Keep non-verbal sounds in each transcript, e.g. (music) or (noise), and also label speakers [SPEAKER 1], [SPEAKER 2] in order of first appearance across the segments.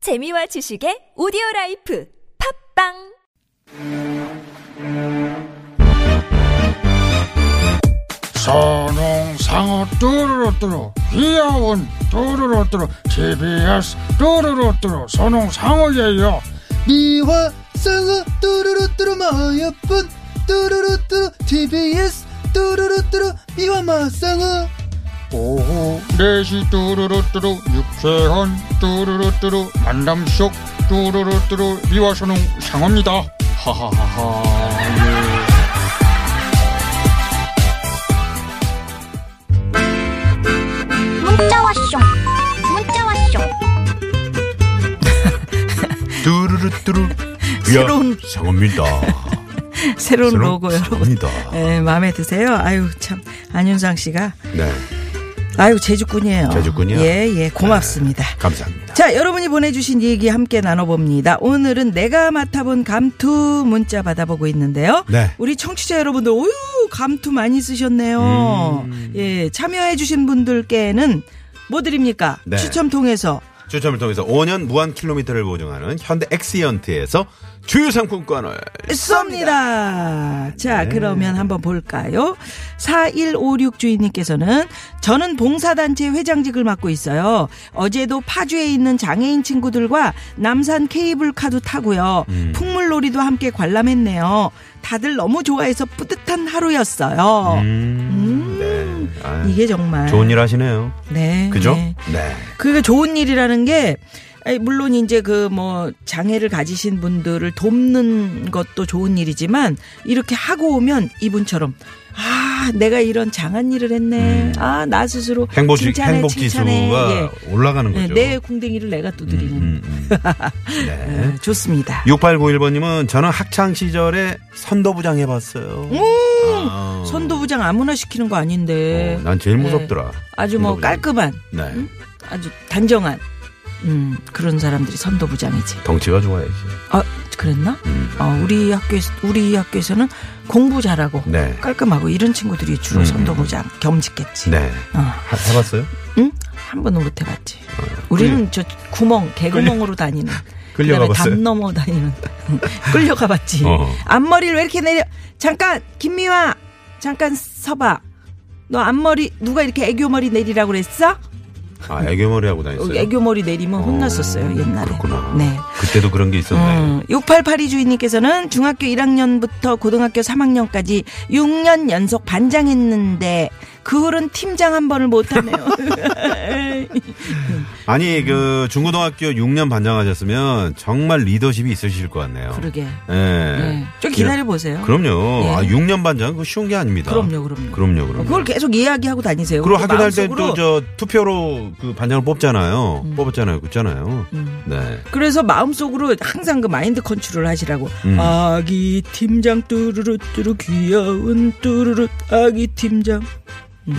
[SPEAKER 1] 재미와 지식의 오디오 라이프 팝빵
[SPEAKER 2] 선홍상어 뚜루루뚜루 귀여운 뚜루루뚜루 TBS 뚜루루뚜루 선홍상어예요
[SPEAKER 3] 미화 상어 뚜루루뚜루 마여쁜 뚜루루뚜루 TBS 뚜루루뚜루 미화 마상어
[SPEAKER 2] 오후 4시 뚜루루뚜루 유쾌한 뚜루루뚜루 만남 속 뚜루루뚜루 미와 선홍상어입니다 하하하하
[SPEAKER 4] 문자 왔쇼 문자 왔쇼
[SPEAKER 5] 뚜루루뚜루 새로운 상어입니다.
[SPEAKER 6] (laughs) 새로운 로고 여러분.
[SPEAKER 5] 상어입니다.
[SPEAKER 6] 예, 마음에 드세요? 아유, 참. 안윤상 씨가.
[SPEAKER 5] 네,
[SPEAKER 6] 아유, 제주꾼이에요.
[SPEAKER 5] 제주꾼이요?
[SPEAKER 6] 예, 예. 고맙습니다.
[SPEAKER 5] 감사합니다.
[SPEAKER 6] 자, 여러분이 보내주신 얘기 함께 나눠봅니다. 오늘은 내가 맡아본 감투 문자 받아보고 있는데요.
[SPEAKER 5] 네.
[SPEAKER 6] 우리 청취자 여러분들, 오유, 감투 많이 쓰셨네요. 예, 참여해주신 분들께는 뭐 드립니까?
[SPEAKER 5] 네.
[SPEAKER 6] 추첨 통해서.
[SPEAKER 5] 추첨을 통해서 5년 무한 킬로미터를 보증하는 현대 엑시언트에서 주유 상품권을
[SPEAKER 6] 쏩니다.
[SPEAKER 5] 네.
[SPEAKER 6] 자, 그러면 한번 볼까요? 4156 주인님께서는 저는 봉사단체 회장직을 맡고 있어요. 어제도 파주에 있는 장애인 친구들과 남산 케이블카도 타고요.
[SPEAKER 5] 음.
[SPEAKER 6] 풍물놀이도 함께 관람했네요. 다들 너무 좋아해서 뿌듯한 하루였어요.
[SPEAKER 5] 음, 네, 아유,
[SPEAKER 6] 이게 정말
[SPEAKER 5] 좋은 일 하시네요.
[SPEAKER 6] 네.
[SPEAKER 5] 그죠?
[SPEAKER 6] 네.
[SPEAKER 5] 네,
[SPEAKER 6] 그게 좋은 일이라는 게 아니, 물론 이제 그 뭐 장애를 가지신 분들을 돕는 것도 좋은 일이지만 이렇게 하고 오면 이분처럼 아 내가 이런 장한 일을 했네 아 나 스스로
[SPEAKER 5] 음. 행복지
[SPEAKER 6] 칭찬해,
[SPEAKER 5] 행복
[SPEAKER 6] 칭찬해.
[SPEAKER 5] 지수가 올라가는
[SPEAKER 6] 예. 예,
[SPEAKER 5] 거죠.
[SPEAKER 6] 내 궁뎅이를 내가 두드리는
[SPEAKER 5] 음, 음. 네.
[SPEAKER 6] 예, 좋습니다
[SPEAKER 5] 6891번님은 저는 학창 시절에 선도부장 해봤어요. 아.
[SPEAKER 6] 선도부장 네. 아무나 시키는 거 아닌데
[SPEAKER 5] 어, 난 제일 무섭더라.
[SPEAKER 6] 아주 뭐
[SPEAKER 5] 선도부장.
[SPEAKER 6] 깔끔한
[SPEAKER 5] 네.
[SPEAKER 6] 아주 단정한 음 그런 사람들이 선도부장이지
[SPEAKER 5] 덩치가 좋아야지.
[SPEAKER 6] 아 그랬나?
[SPEAKER 5] 음.
[SPEAKER 6] 어, 우리 학교에서 우리 학교에서는 공부 잘하고
[SPEAKER 5] 네.
[SPEAKER 6] 깔끔하고 이런 친구들이 주로
[SPEAKER 5] 음.
[SPEAKER 6] 선도부장 겸직했지.
[SPEAKER 5] 네.
[SPEAKER 6] 어,
[SPEAKER 5] 하- 해봤어요?
[SPEAKER 6] 응? 한 번은 못 해봤지.
[SPEAKER 5] 어,
[SPEAKER 6] 우리는 저 구멍 개구멍으로 다니는.
[SPEAKER 5] (laughs) 끌려가봤어요?
[SPEAKER 6] 그다음에 담 넘어 다니는.
[SPEAKER 5] (laughs)
[SPEAKER 6] (laughs) 끌려가봤지.
[SPEAKER 5] 어.
[SPEAKER 6] 앞머리를 왜 이렇게 내려? 잠깐 김미화 잠깐 서봐. 너 앞머리 누가 이렇게 애교머리 내리라고 그랬어?
[SPEAKER 5] 아, 애교머리 하고 다녔어요.
[SPEAKER 6] 네, 애교머리 내리면
[SPEAKER 5] 어,
[SPEAKER 6] 혼났었어요 옛날에.
[SPEAKER 5] 그렇구나.
[SPEAKER 6] 네.
[SPEAKER 5] 그때도 그런 게 있었네.
[SPEAKER 6] 음, 6882 주인님께서는 중학교 1학년부터 고등학교 3학년까지 6년 연속 반장했는데 그 후론 팀장 한 번을
[SPEAKER 5] (laughs)
[SPEAKER 6] 못하네요.
[SPEAKER 5] 아니, 그, 중고등학교 6년 반장하셨으면 정말 리더십이 있으실 것 같네요.
[SPEAKER 6] 그러게.
[SPEAKER 5] 예.
[SPEAKER 6] 네. 좀 기다려 보세요.
[SPEAKER 5] 그럼요.
[SPEAKER 6] 예.
[SPEAKER 5] 아, 6년 반장, 그거 쉬운 게 아닙니다.
[SPEAKER 6] 그럼요, 그럼요. 어,
[SPEAKER 5] 그럼요, 그럼요.
[SPEAKER 6] 그걸 계속 이야기하고 다니세요.
[SPEAKER 5] 그리고 학교 다닐 때
[SPEAKER 6] 마음속으로. 음.
[SPEAKER 5] 또 저 투표로 그 반장을 뽑잖아요. 뽑았잖아요. 그잖아요. 네.
[SPEAKER 6] 그래서 마음속으로 항상 그 마인드 컨트롤 하시라고.
[SPEAKER 5] 음.
[SPEAKER 6] 아기 팀장 뚜루루 뚜루 귀여운 뚜루루 아기 팀장.
[SPEAKER 5] 네.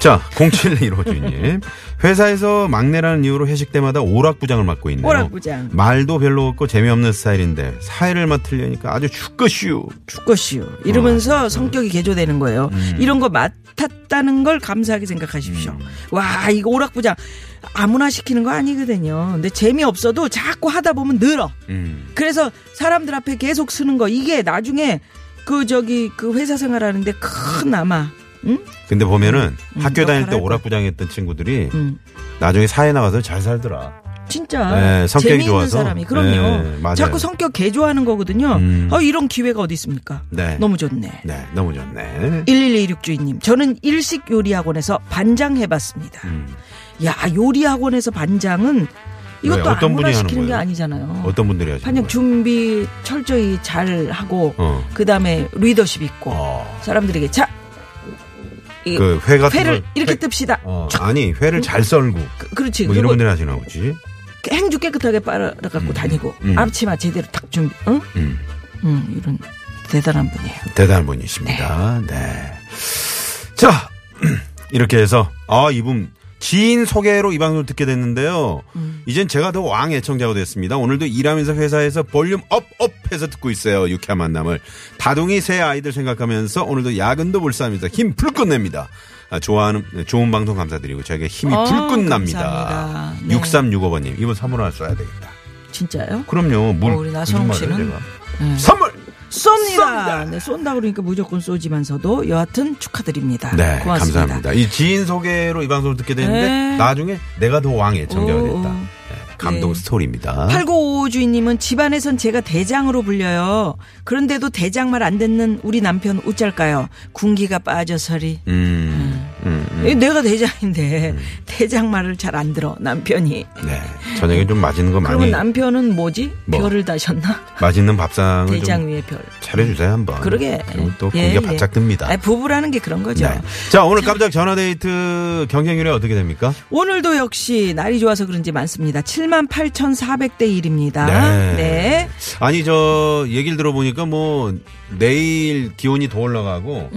[SPEAKER 5] 자, 0715 주인님.
[SPEAKER 6] (laughs)
[SPEAKER 5] 회사에서 막내라는 이유로 회식 때마다 오락부장을 맡고 있네요.
[SPEAKER 6] 오락부장.
[SPEAKER 5] 말도 별로 없고 재미없는 스타일인데 사회를 맡으려니까 아주 죽겠슈.
[SPEAKER 6] 죽것이요.
[SPEAKER 5] 음.
[SPEAKER 6] 이러면서 성격이 개조되는 거예요. 이런 거 맡았다는 걸 감사하게 생각하십시오.
[SPEAKER 5] 음.
[SPEAKER 6] 와, 이거 오락부장 아무나 시키는 거 아니거든요. 근데 재미없어도 자꾸 하다 보면 늘어.
[SPEAKER 5] 음.
[SPEAKER 6] 그래서 사람들 앞에 계속 쓰는 거 이게 나중에 그 저기 그 회사 생활하는데 큰 남아. 응?
[SPEAKER 5] 근데 보면은
[SPEAKER 6] 음,
[SPEAKER 5] 학교 다닐 때
[SPEAKER 6] 역할을 음.
[SPEAKER 5] 오락부장 했던 친구들이
[SPEAKER 6] 응.
[SPEAKER 5] 나중에 사회 나가서 잘 살더라.
[SPEAKER 6] 진짜
[SPEAKER 5] 네, 성격이
[SPEAKER 6] 재미있는
[SPEAKER 5] 좋아서.
[SPEAKER 6] 사람이 그럼요.
[SPEAKER 5] 네, 맞아요.
[SPEAKER 6] 자꾸 성격 개조하는 거거든요.
[SPEAKER 5] 음.
[SPEAKER 6] 어, 이런 기회가 어디 있습니까?
[SPEAKER 5] 네.
[SPEAKER 6] 너무 좋네.
[SPEAKER 5] 네, 너무 좋네.
[SPEAKER 6] 1126 주인님, 저는 일식 요리 학원에서 반장 해봤습니다.
[SPEAKER 5] 음.
[SPEAKER 6] 야 요리 학원에서 반장은 이것도
[SPEAKER 5] 왜? 어떤 분이
[SPEAKER 6] 아무나
[SPEAKER 5] 하는
[SPEAKER 6] 시키는 게
[SPEAKER 5] 거예요?
[SPEAKER 6] 아니잖아요.
[SPEAKER 5] 어떤 분들이 하시는
[SPEAKER 6] 반장
[SPEAKER 5] 거예요?
[SPEAKER 6] 준비 철저히 잘 하고
[SPEAKER 5] 어.
[SPEAKER 6] 그 다음에 리더십 있고
[SPEAKER 5] 어.
[SPEAKER 6] 사람들에게 자 이,
[SPEAKER 5] 그 회 같은
[SPEAKER 6] 회를
[SPEAKER 5] 걸-
[SPEAKER 6] 이렇게
[SPEAKER 5] 회-
[SPEAKER 6] 뜹시다.
[SPEAKER 5] 어, 아니, 회를 잘 썰고
[SPEAKER 6] 그, 그렇지.
[SPEAKER 5] 뭐 이런
[SPEAKER 6] 그리고
[SPEAKER 5] 분들이 하시나 보지.
[SPEAKER 6] 행주 깨끗하게 빨아갖고 다니고
[SPEAKER 5] 음.
[SPEAKER 6] 앞치마 제대로 탁 준비. 응?
[SPEAKER 5] 음.
[SPEAKER 6] 응 이런 대단한 분이에요.
[SPEAKER 5] 대단한 (clears throat) 분이십니다. 네. 자, 이렇게 해서, 아, 이분 지인 소개로 이 방송을 듣게 됐는데요.
[SPEAKER 6] 음.
[SPEAKER 5] 이젠 제가 더 왕 애청자가 됐습니다. 오늘도 일하면서 회사에서 볼륨 업, 업 해서 듣고 있어요. 유쾌한 만남을. 다둥이 새 아이들 생각하면서 오늘도 야근도 불사하면서 힘 불끈 냅니다. 아, 좋아하는, 네, 좋은 방송 감사드리고 저에게 힘이
[SPEAKER 6] 어,
[SPEAKER 5] 불끈 납니다.
[SPEAKER 6] 감사합니다. 네.
[SPEAKER 5] 6365번님, 이번 선물 하나 써야 되겠다.
[SPEAKER 6] 진짜요?
[SPEAKER 5] 그럼요. 물.
[SPEAKER 6] 어, 우리 나선홍
[SPEAKER 5] 무슨 말을
[SPEAKER 6] 씨는?
[SPEAKER 5] 내가.
[SPEAKER 6] 네.
[SPEAKER 5] 선물!
[SPEAKER 6] 쏩니다. 네, 쏜다 그러니까 무조건 쏘지만서도 여하튼 축하드립니다.
[SPEAKER 5] 네,
[SPEAKER 6] 고맙습니다.
[SPEAKER 5] 감사합니다. 이 지인 소개로 이 방송을 듣게 됐는데
[SPEAKER 6] 네.
[SPEAKER 5] 나중에 내가 더 왕의 정자가
[SPEAKER 6] 오,
[SPEAKER 5] 됐다.
[SPEAKER 6] 오.
[SPEAKER 5] 네, 감동
[SPEAKER 6] 네.
[SPEAKER 5] 스토리입니다.
[SPEAKER 6] 8955 주인님은 집안에선 제가 대장으로 불려요. 그런데도 대장 말 안 듣는 우리 남편 어쩔까요? 군기가 빠져서리.
[SPEAKER 5] 음, 음, 음.
[SPEAKER 6] 이 내가 대장인데 대장 말을 잘 안 들어 남편이.
[SPEAKER 5] 네, 저녁에 좀 맛있는 거
[SPEAKER 6] 그러면
[SPEAKER 5] 많이
[SPEAKER 6] 남편은 뭐지?
[SPEAKER 5] 뭐?
[SPEAKER 6] 별을 다셨나?
[SPEAKER 5] 맛있는 밥상을
[SPEAKER 6] 대장
[SPEAKER 5] 좀
[SPEAKER 6] 위에 별.
[SPEAKER 5] 차려주세요 한번.
[SPEAKER 6] 그러게.
[SPEAKER 5] 그리고 또
[SPEAKER 6] 예,
[SPEAKER 5] 공기가
[SPEAKER 6] 예.
[SPEAKER 5] 바짝 듭니다.
[SPEAKER 6] 아니, 부부라는 게 그런 거죠.
[SPEAKER 5] 네. 자 오늘 깜짝 전화 데이트 경쟁률이 어떻게 됩니까?
[SPEAKER 6] 오늘도 역시 날이 좋아서 그런지 많습니다. 7만 8,400대 1입니다.
[SPEAKER 5] 네.
[SPEAKER 6] 네.
[SPEAKER 5] 아니 저 얘기를 들어보니까 뭐 내일 기온이 더 올라가고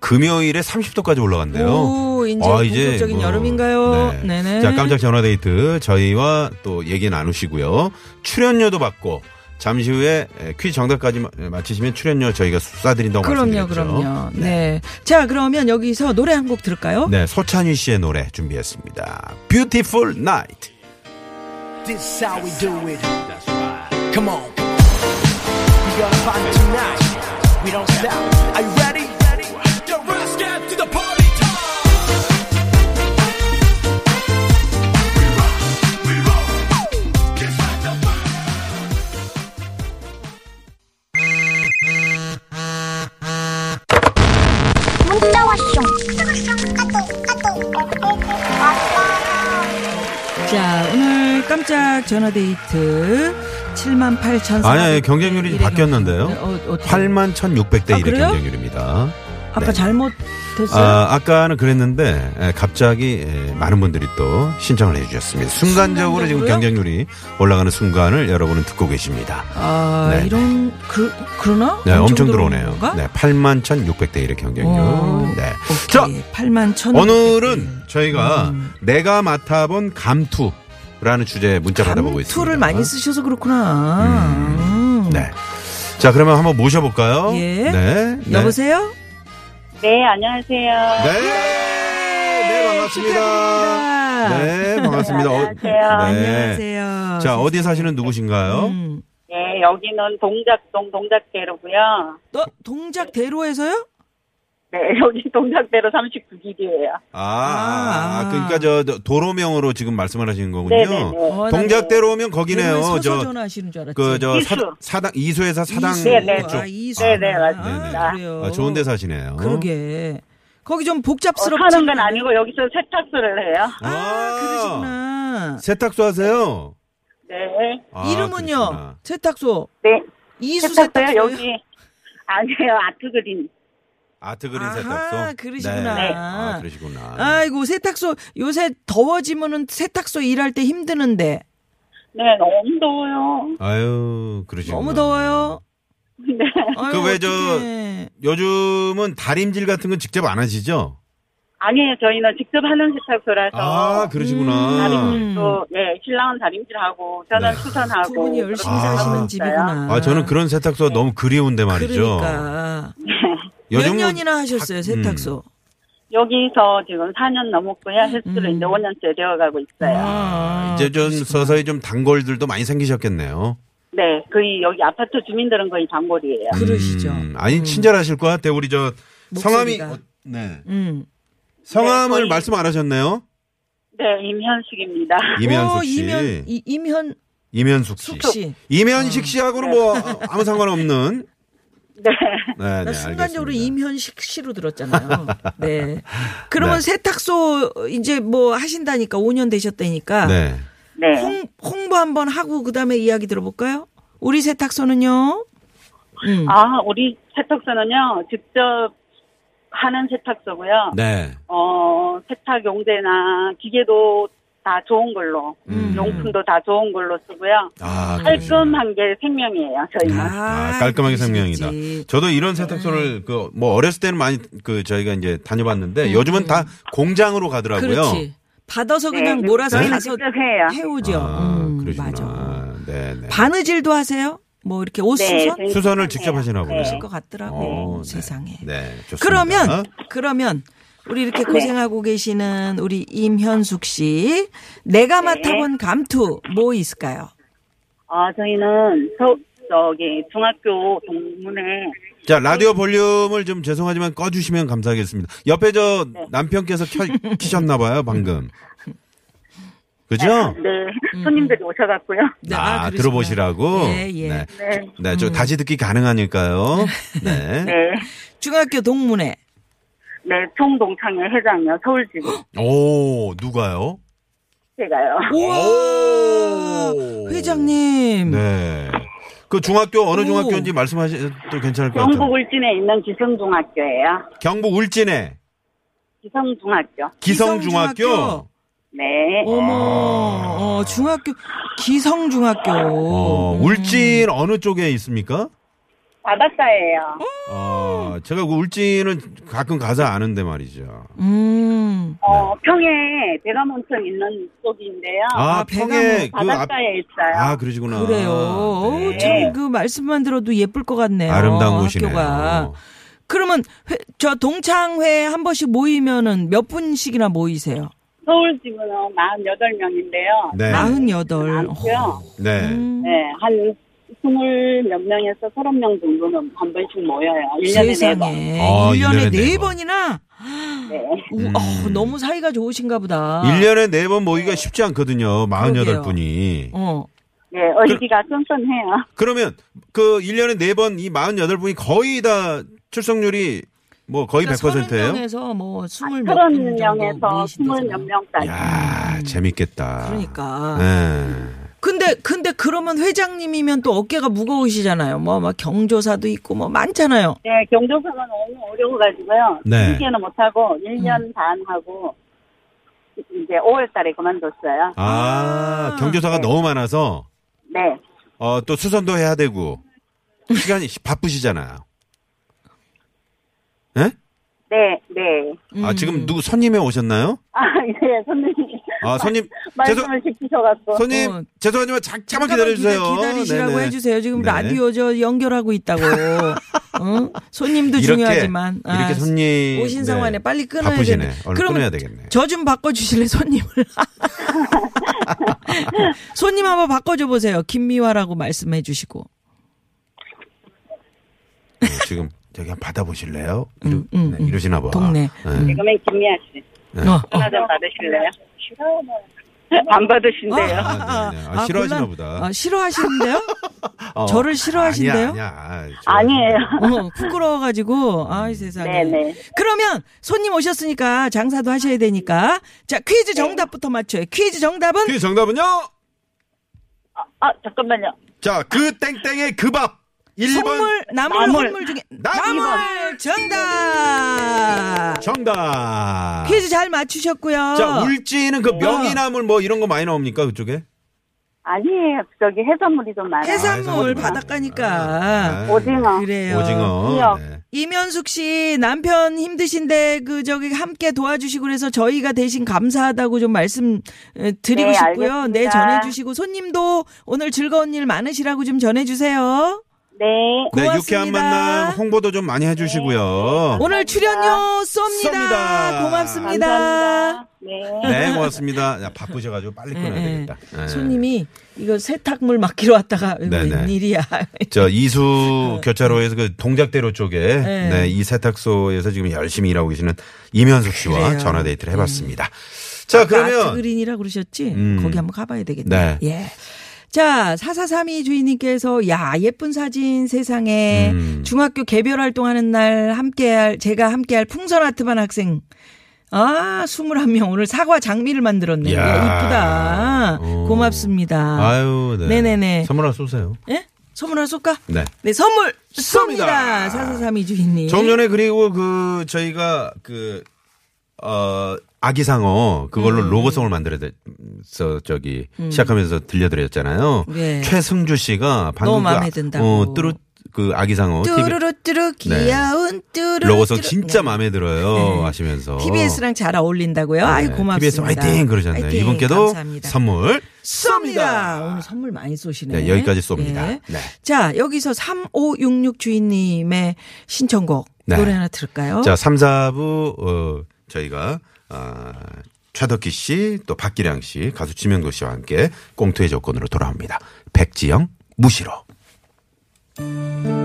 [SPEAKER 5] 금요일에 30도까지 올라간대요. 아,
[SPEAKER 6] 음.
[SPEAKER 5] 뭐
[SPEAKER 6] 오, 이제 본격적인 여름인가요? 네네.
[SPEAKER 5] 자 깜짝 전화 데이트 저희와 또 얘기 나누시고요. 출연료도 받고 잠시 후에 퀴즈 정답까지 마- 마치시면 출연료 저희가 쏴드린다고 그렇죠.
[SPEAKER 6] 그럼요,
[SPEAKER 5] 말씀드렸죠.
[SPEAKER 6] 그럼요. 네. 자, 그러면 여기서 노래 한 곡 들을까요?
[SPEAKER 5] 네, 소찬휘 씨의 노래 준비했습니다. Beautiful Night.
[SPEAKER 7] This is how we do it. Come on. We got fun tonight. We don't stop. Are you ready? Yo, let's get to the party time. We rock, we roll. Just like the fire.
[SPEAKER 4] 문자 왔쇼 까똑 까똑 eh. 왔다
[SPEAKER 6] 자, 오늘 깜짝 전화 데이트 7만 8천.
[SPEAKER 5] 아니, 아니, 경쟁률이 바뀌었는데요. 8만 1,600대
[SPEAKER 6] 아,
[SPEAKER 5] 1의
[SPEAKER 6] 그래요?
[SPEAKER 5] 경쟁률입니다.
[SPEAKER 6] 아까
[SPEAKER 5] 네.
[SPEAKER 6] 잘못했어요.
[SPEAKER 5] 아, 아까는 그랬는데 에, 갑자기 에, 많은 분들이 또 신청을 해주셨습니다. 순간적으로 지금
[SPEAKER 6] 순간적으로요?
[SPEAKER 5] 경쟁률이 올라가는 순간을 여러분은 듣고 계십니다.
[SPEAKER 6] 아,
[SPEAKER 5] 네,
[SPEAKER 6] 이런 그 그러나?
[SPEAKER 5] 네, 엄청, 들어오네요.
[SPEAKER 6] 들어오는가?
[SPEAKER 5] 네, 8만 1,600대 1의 경쟁률.
[SPEAKER 6] 오,
[SPEAKER 5] 네.
[SPEAKER 6] 오케이.
[SPEAKER 5] 자,
[SPEAKER 6] 8만 1 음.
[SPEAKER 5] 오늘은 저희가 내가 맡아본 감투라는 주제 문자 받아보고 있습니다.
[SPEAKER 6] 투를 많이 쓰셔서 그렇구나. 음.
[SPEAKER 5] 네. 자, 그러면 한번 모셔볼까요?
[SPEAKER 6] 예.
[SPEAKER 5] 네. 네.
[SPEAKER 6] 여보세요?
[SPEAKER 8] 네, 안녕하세요.
[SPEAKER 5] 네. 네, 반갑습니다.
[SPEAKER 6] 예, 축하드립니다.
[SPEAKER 5] 네, 반갑습니다. 어, 네.
[SPEAKER 8] 안녕하세요.
[SPEAKER 6] 아, 안녕하세요.
[SPEAKER 5] 자, 어디 사시는 누구신가요?
[SPEAKER 6] 음.
[SPEAKER 8] 네, 여기는 동작동 동작대로고요.
[SPEAKER 6] 너 동작 대로에서요?
[SPEAKER 8] 네, (laughs) 여기 동작대로 39길이에요.
[SPEAKER 5] 아, 아,
[SPEAKER 6] 아.
[SPEAKER 5] 그러니까 저 도로명으로 지금 말씀을 하시는 거군요.
[SPEAKER 8] 네네네.
[SPEAKER 6] 어, 나
[SPEAKER 5] 동작대로 오면 거기네요.
[SPEAKER 6] 서서 전화하시는 줄 알았지.
[SPEAKER 5] 그 저
[SPEAKER 8] 이수.
[SPEAKER 5] 사당 이수에서 사당
[SPEAKER 6] 이수.
[SPEAKER 8] 네네.
[SPEAKER 5] 그쪽.
[SPEAKER 6] 아, 이수.
[SPEAKER 8] 네네,
[SPEAKER 5] 맞습니다.
[SPEAKER 6] 아, 그래요.
[SPEAKER 5] 아, 좋은 데 사시네요.
[SPEAKER 6] 그러게. 거기 좀
[SPEAKER 8] 어,
[SPEAKER 6] 복잡스럽지.
[SPEAKER 8] 사는 건 아니고 여기서 세탁소를 해요.
[SPEAKER 6] 아,
[SPEAKER 5] 아,
[SPEAKER 6] 그러시구나.
[SPEAKER 5] 세탁소 하세요?
[SPEAKER 8] 네.
[SPEAKER 5] 아,
[SPEAKER 6] 이름은요?
[SPEAKER 5] 그러시구나.
[SPEAKER 6] 세탁소.
[SPEAKER 8] 네.
[SPEAKER 6] 이수
[SPEAKER 8] 세탁소요?
[SPEAKER 6] 세탁소.
[SPEAKER 8] 여기. 아니에요, 아트그린.
[SPEAKER 5] 아트 그린
[SPEAKER 6] 아하,
[SPEAKER 5] 세탁소.
[SPEAKER 6] 그러시구나.
[SPEAKER 5] 네. 아, 그러시구나.
[SPEAKER 6] 아이고 세탁소 요새 더워지면은 세탁소 일할 때 힘드는데
[SPEAKER 8] 네, 너무 더워요.
[SPEAKER 5] 아유, 그러시구나.
[SPEAKER 6] 너무 더워요.
[SPEAKER 8] 네.
[SPEAKER 6] 아유,
[SPEAKER 5] 그왜 저-
[SPEAKER 6] 어떡해.
[SPEAKER 5] 요즘은 다림질 같은 건 직접 안 하시죠?
[SPEAKER 8] 아니에요, 저희는 직접 하는 세탁소라서.
[SPEAKER 5] 아, 그러시구나.
[SPEAKER 8] 다림질도, 예, 신랑은 다림질하고, 저는
[SPEAKER 5] 네.
[SPEAKER 8] 수선하고.
[SPEAKER 6] 두 분이 음. 열심히
[SPEAKER 5] 아.
[SPEAKER 8] 그렇게 하고
[SPEAKER 6] 사시는
[SPEAKER 8] 있어요.
[SPEAKER 6] 집이구나.
[SPEAKER 5] 아, 저는 그런 세탁소가 너무 그리운데 말이죠.
[SPEAKER 6] 네. 그러니까 몇
[SPEAKER 5] 요즘은
[SPEAKER 6] 년이나 하셨어요
[SPEAKER 5] 음.
[SPEAKER 6] 세탁소?
[SPEAKER 8] 여기서 지금 4년 넘었고요. 횟수로
[SPEAKER 6] 음.
[SPEAKER 8] 이제 5년째 되어가고 있어요.
[SPEAKER 6] 아,
[SPEAKER 5] 음. 이제 좀
[SPEAKER 6] 그러시구나.
[SPEAKER 5] 서서히 좀 단골들도 많이 생기셨겠네요.
[SPEAKER 8] 네, 거의 여기 아파트 주민들은 거의 단골이에요.
[SPEAKER 6] 그러시죠.
[SPEAKER 5] 음, 아니, 친절하실 것 같아요. 우리 저 성함이.
[SPEAKER 6] 목소리가.
[SPEAKER 5] 어, 네.
[SPEAKER 6] 음.
[SPEAKER 5] 성함을
[SPEAKER 8] 네, 거의-
[SPEAKER 5] 말씀 안 하셨네요?
[SPEAKER 8] 네, 임현숙입니다.
[SPEAKER 5] 이면숙
[SPEAKER 6] 어,
[SPEAKER 5] 씨.
[SPEAKER 6] 이면 이, 임현
[SPEAKER 5] 이면숙 씨.
[SPEAKER 6] 숙 씨.
[SPEAKER 5] 이면식 씨하고는 뭐 아무 상관없는.
[SPEAKER 8] (laughs) 네.
[SPEAKER 5] 네,
[SPEAKER 6] 나
[SPEAKER 5] 네,
[SPEAKER 6] 순간적으로
[SPEAKER 5] 알겠습니다.
[SPEAKER 6] 임현식 씨로
[SPEAKER 5] (laughs)
[SPEAKER 6] 들었잖아요. 네. 그러면 세탁소 이제 뭐 하신다니까 5년 되셨다니까.
[SPEAKER 5] 네.
[SPEAKER 8] 네.
[SPEAKER 6] 홍, 홍보 한번 하고 그다음에 이야기 들어볼까요? 우리 세탁소는요. 음.
[SPEAKER 8] 아, 우리 세탁소는요, 직접 하는 세탁소고요.
[SPEAKER 5] 네.
[SPEAKER 8] 어, 세탁 용제나 기계도 다 좋은 걸로,
[SPEAKER 5] 음.
[SPEAKER 8] 용품도 다 좋은 걸로 쓰고요.
[SPEAKER 5] 아, 그러시구나.
[SPEAKER 8] 깔끔한 게 생명이에요, 저희는.
[SPEAKER 5] 아, 깔끔하게 생명이다.
[SPEAKER 6] 그러시겠지. 음.
[SPEAKER 5] 저도 이런 세탁소를 그 뭐 어렸을 때는 많이 그 저희가 이제 다녀봤는데 요즘은 다 공장으로 가더라고요.
[SPEAKER 6] 음. 그렇지. 받아서 그냥
[SPEAKER 8] 네,
[SPEAKER 6] 몰아서
[SPEAKER 8] 저희는
[SPEAKER 6] 가서
[SPEAKER 8] 직접 해요.
[SPEAKER 6] 해오죠.
[SPEAKER 5] 아,
[SPEAKER 6] 음,
[SPEAKER 5] 그러시구나.
[SPEAKER 6] 맞아.
[SPEAKER 5] 네, 네.
[SPEAKER 6] 바느질도 하세요? 뭐 이렇게 옷
[SPEAKER 8] 네,
[SPEAKER 6] 수선?
[SPEAKER 8] 저희
[SPEAKER 5] 수선을 직접 하시나
[SPEAKER 8] 네.
[SPEAKER 5] 보네요.
[SPEAKER 6] 그것 같더라고
[SPEAKER 5] 어, 네.
[SPEAKER 6] 세상에.
[SPEAKER 5] 네, 좋습니다.
[SPEAKER 6] 그러면 그러면 우리 이렇게 고생하고 계시는 우리 임현숙 씨 내가 맡아본 감투 뭐 있을까요?
[SPEAKER 8] 아, 저희는 서, 저기 중학교 동문회
[SPEAKER 5] 자 라디오 볼륨을 좀 죄송하지만 꺼주시면 감사하겠습니다. 옆에 저
[SPEAKER 6] 네.
[SPEAKER 5] 남편께서 켜, 키셨나 봐요
[SPEAKER 6] (laughs)
[SPEAKER 5] 방금. 그죠?
[SPEAKER 8] 네
[SPEAKER 6] 음,
[SPEAKER 8] 손님들이 오셔갖고요.
[SPEAKER 6] 네,
[SPEAKER 5] 아,
[SPEAKER 6] 그러시구나.
[SPEAKER 5] 들어보시라고.
[SPEAKER 6] 예, 예.
[SPEAKER 5] 네,
[SPEAKER 8] 네.
[SPEAKER 5] 네, 저 다시 듣기
[SPEAKER 6] (laughs)
[SPEAKER 5] 가능하니까요. 네.
[SPEAKER 8] 네,
[SPEAKER 6] 중학교 동문회
[SPEAKER 8] 네, 총동창회 회장이요. 서울지구
[SPEAKER 5] 오 누가요?
[SPEAKER 8] 제가요.
[SPEAKER 6] 우와
[SPEAKER 5] 오.
[SPEAKER 6] 회장님
[SPEAKER 5] 네. 그 중학교 어느
[SPEAKER 6] 오.
[SPEAKER 5] 중학교인지 말씀하셔도 괜찮을 것 같아요.
[SPEAKER 8] 경북 울진에 있는 기성중학교예요.
[SPEAKER 5] 경북 울진에
[SPEAKER 8] 기성중학교.
[SPEAKER 5] 기성중학교.
[SPEAKER 6] 기성중학교.
[SPEAKER 8] 네.
[SPEAKER 6] 어머 어, 중학교 기성중학교
[SPEAKER 5] 아. 어, 울진 어느 쪽에 있습니까?
[SPEAKER 8] 바닷가예요.
[SPEAKER 5] 어, 제가 그 울진은 가끔 가서 아는데 말이죠.
[SPEAKER 6] 음.
[SPEAKER 8] 어, 평에 대감온천 있는 쪽인데요.
[SPEAKER 5] 아, 평에 그 앞,
[SPEAKER 8] 바닷가에 있어요.
[SPEAKER 5] 아, 그러시구나.
[SPEAKER 6] 그래요. 어우,
[SPEAKER 5] 네.
[SPEAKER 6] 참그 말씀만 들어도 예쁠 것 같네요.
[SPEAKER 5] 아름다운 곳이네요.
[SPEAKER 6] 학교가. 그러면 회- 저 동창회 한 번씩 모이면은 몇 분씩이나 모이세요?
[SPEAKER 8] 서울지구는 48명인데요.
[SPEAKER 5] 네.
[SPEAKER 6] 아.
[SPEAKER 8] 아,
[SPEAKER 6] 마흔여덟. 어,
[SPEAKER 8] 많고요.
[SPEAKER 5] 네.
[SPEAKER 6] 음.
[SPEAKER 8] 네, 한 스물 몇 명에서 서른 명 정도는 한 번씩 모여요. 일년에
[SPEAKER 6] 세상에.
[SPEAKER 8] 네 번.
[SPEAKER 5] 아,
[SPEAKER 6] 일년에
[SPEAKER 5] 일년에 네 번.
[SPEAKER 6] 네
[SPEAKER 5] 음.
[SPEAKER 6] 번이나?
[SPEAKER 8] 네.
[SPEAKER 6] 우- 어, 너무 사이가 좋으신가 보다.
[SPEAKER 5] 1년에 네 번 모이기가 쉽지 않거든요. 48분이.
[SPEAKER 6] 어.
[SPEAKER 8] 네, 어이기가 끈끈해요.
[SPEAKER 5] 그러면 그 1년에 네 번 이 48분이 거의 다 출석률이 뭐 거의 100%예요?
[SPEAKER 6] 그러니까 30명에서 뭐 20몇
[SPEAKER 8] 서른
[SPEAKER 6] 분
[SPEAKER 8] 명에서
[SPEAKER 6] 정도
[SPEAKER 8] 스물 몇
[SPEAKER 6] 모이신다잖아요.
[SPEAKER 8] 명까지.
[SPEAKER 5] 야,
[SPEAKER 8] 음.
[SPEAKER 5] 재밌겠다.
[SPEAKER 6] 그러니까.
[SPEAKER 5] 네.
[SPEAKER 6] 근데 근데 그러면 회장님이면 또 어깨가 무거우시잖아요. 뭐 막 경조사도 있고 뭐 많잖아요.
[SPEAKER 8] 네, 경조사는 너무 어려워가지고요.
[SPEAKER 5] 네. 음.
[SPEAKER 8] 쉽게는 못하고, 일 년 반 하고, 이제 5월 달에 그만뒀어요.
[SPEAKER 5] 아, 경조사가 너무 많아서
[SPEAKER 8] 네.
[SPEAKER 5] 어, 또 수선도 해야 되고.
[SPEAKER 6] (laughs)
[SPEAKER 5] 시간이 바쁘시잖아요. 예?
[SPEAKER 8] 네, 네.
[SPEAKER 6] 음.
[SPEAKER 5] 아, 지금 누구 손님이 오셨나요?
[SPEAKER 8] 아, 예, 선생님.
[SPEAKER 5] 아, 손님. 죄송,
[SPEAKER 8] (laughs) 말씀을 시키셔갖고.
[SPEAKER 5] 손님,
[SPEAKER 6] 어.
[SPEAKER 5] 죄송하지만 잠깐만
[SPEAKER 6] 잠깐만
[SPEAKER 5] 기다려주세요.
[SPEAKER 6] 기다- 기다리시라고
[SPEAKER 5] 네네.
[SPEAKER 6] 해주세요. 지금
[SPEAKER 5] 네.
[SPEAKER 6] 라디오 저 연결하고
[SPEAKER 5] (laughs)
[SPEAKER 6] 있다고. 어? 손님도
[SPEAKER 5] 이렇게,
[SPEAKER 6] 중요하지만 아,
[SPEAKER 5] 이렇게 손님,
[SPEAKER 6] 오신 상황에
[SPEAKER 5] 네.
[SPEAKER 6] 빨리 끊어야
[SPEAKER 5] 바쁘시네.
[SPEAKER 6] 되네.
[SPEAKER 5] 얼른 끊어야 되겠네.
[SPEAKER 6] 저 좀 바꿔주실래 손님을. (laughs) 손님 한번 바꿔줘 보세요. 김미화라고 말씀해주시고.
[SPEAKER 5] 네, 지금 저기 한번 받아보실래요? 이러, 네, 이러시나 봐.
[SPEAKER 6] 음, 동네.
[SPEAKER 5] 네.
[SPEAKER 8] 그러면 김미아 씨.
[SPEAKER 6] 어, 어.
[SPEAKER 8] 전화 좀 받으실래요? 안 받으신대요.
[SPEAKER 5] 아, 네, 네. 아, 싫어하시나
[SPEAKER 6] 곤란-
[SPEAKER 5] 보다.
[SPEAKER 6] 아, 싫어하시는데요?
[SPEAKER 5] 어.
[SPEAKER 6] 저를 싫어하신대요?
[SPEAKER 5] 아니야, 아니야. 아,
[SPEAKER 8] 아니에요.
[SPEAKER 6] 어, 부끄러워가지고 아이 세상에.
[SPEAKER 8] 네네.
[SPEAKER 6] 그러면 손님 오셨으니까 장사도 하셔야 되니까 자 퀴즈 정답부터 맞춰요. 퀴즈 정답은
[SPEAKER 5] 그 정답은요?
[SPEAKER 8] (laughs) 아, 잠깐만요.
[SPEAKER 5] 자, 그 땡땡의 그 밥. 1번
[SPEAKER 6] 속물 나물
[SPEAKER 8] 나물.
[SPEAKER 6] 물 중에
[SPEAKER 5] 나물.
[SPEAKER 6] 나물 정답.
[SPEAKER 5] 정답.
[SPEAKER 6] 퀴즈 잘 맞추셨고요.
[SPEAKER 5] 자, 울지는 그 명이나물 뭐 이런 거 많이 나옵니까? 그쪽에?
[SPEAKER 8] 아니에요. 저기 해산물이 좀 많아요.
[SPEAKER 6] 해산물
[SPEAKER 5] 아,
[SPEAKER 6] 바닷가니까.
[SPEAKER 5] 아,
[SPEAKER 8] 오징어.
[SPEAKER 6] 그래요.
[SPEAKER 5] 오징어.
[SPEAKER 8] 미역.
[SPEAKER 5] 네.
[SPEAKER 6] 이면숙 씨 남편 힘드신데 그 저기 함께 도와주시고 그래서 저희가 대신 감사하다고 좀 말씀 에, 드리고
[SPEAKER 8] 네,
[SPEAKER 6] 싶고요. 네
[SPEAKER 8] 알겠습니다.
[SPEAKER 6] 전해주시고 손님도 오늘 즐거운 일 많으시라고 좀 전해주세요.
[SPEAKER 8] 네.
[SPEAKER 5] 네,
[SPEAKER 6] 고맙습니다.
[SPEAKER 5] 유쾌한 만남 홍보도 좀 많이 해주시고요.
[SPEAKER 6] 오늘 출연료 쏩니다.
[SPEAKER 5] 쏩니다.
[SPEAKER 6] 고맙습니다.
[SPEAKER 8] 감사합니다. 네.
[SPEAKER 5] 네, 고맙습니다. 야, 바쁘셔가지고 빨리 끊어야
[SPEAKER 6] 네,
[SPEAKER 5] 되겠다. 네.
[SPEAKER 6] 손님이 이거 세탁물 맡기러 왔다가 이거
[SPEAKER 5] 네, 네. (laughs)
[SPEAKER 6] 웬일이야.
[SPEAKER 5] 저 이수 교차로에서 그 동작대로 쪽에
[SPEAKER 6] 네.
[SPEAKER 5] 네, 이 세탁소에서 지금 열심히 일하고 계시는 이면숙 씨와
[SPEAKER 6] 그래요. 네.
[SPEAKER 5] 전화 데이트를 해봤습니다. 자,
[SPEAKER 6] 아트
[SPEAKER 5] 그러면
[SPEAKER 6] 그린이라 그러셨지?
[SPEAKER 5] 음.
[SPEAKER 6] 거기 한번 가봐야 되겠다.
[SPEAKER 5] 네.
[SPEAKER 6] 예. 자, 4432 주인님께서, 야, 예쁜 사진 세상에,
[SPEAKER 5] 음.
[SPEAKER 6] 중학교 개별 활동하는 날 함께할, 제가 함께할 풍선 아트반 학생. 아, 21명. 오늘 사과 장미를 만들었네. 요
[SPEAKER 5] 야.
[SPEAKER 6] 이쁘다.
[SPEAKER 5] 오.
[SPEAKER 6] 고맙습니다.
[SPEAKER 5] 아유, 네.
[SPEAKER 6] 네네네.
[SPEAKER 5] 선물 하나 쏘세요.
[SPEAKER 6] 예? 선물 하나 쏠까?
[SPEAKER 5] 네.
[SPEAKER 6] 네, 선물
[SPEAKER 5] 쏩니다.
[SPEAKER 6] 쏩니다. 4432 주인님.
[SPEAKER 5] 정년에 그리고 그 저희가 그 어, 아기상어
[SPEAKER 6] 음.
[SPEAKER 5] 그걸로 로고송을 만들어서 저기 시작하면서 들려드렸잖아요.
[SPEAKER 6] 네.
[SPEAKER 5] 최승주 씨가 방금
[SPEAKER 6] 너무 마음에
[SPEAKER 5] 그 아-
[SPEAKER 6] 든다고.
[SPEAKER 5] 어, 뚜루 그 아기상어 TV
[SPEAKER 6] 뚜루루뚜루 귀여운 뚜루루 네.
[SPEAKER 5] 로고송 진짜 마음에 들어요 하시면서
[SPEAKER 6] TBS랑 잘 어울린다고요. 아이
[SPEAKER 5] 네,
[SPEAKER 6] 고맙습니다.
[SPEAKER 5] TBS 화이팅 그러셨네요.
[SPEAKER 6] 화이팅.
[SPEAKER 5] 이분께도
[SPEAKER 6] 감사합니다.
[SPEAKER 5] 선물
[SPEAKER 6] 쏩니다. 오늘 선물 많이 쏘시네.
[SPEAKER 5] 네, 여기까지 쏩니다.
[SPEAKER 6] 예.
[SPEAKER 5] 네.
[SPEAKER 6] 자, 여기서 3566 주인님의 신청곡
[SPEAKER 5] 네.
[SPEAKER 6] 노래 하나 들을까요?
[SPEAKER 5] 자, 3, 4부, 어, 저희가, 아, 최덕기 씨, 또 박기량 씨, 가수 지명도 씨와 함께 꽁투의 조건으로 돌아옵니다. 백지영, 무시로.
[SPEAKER 4] 아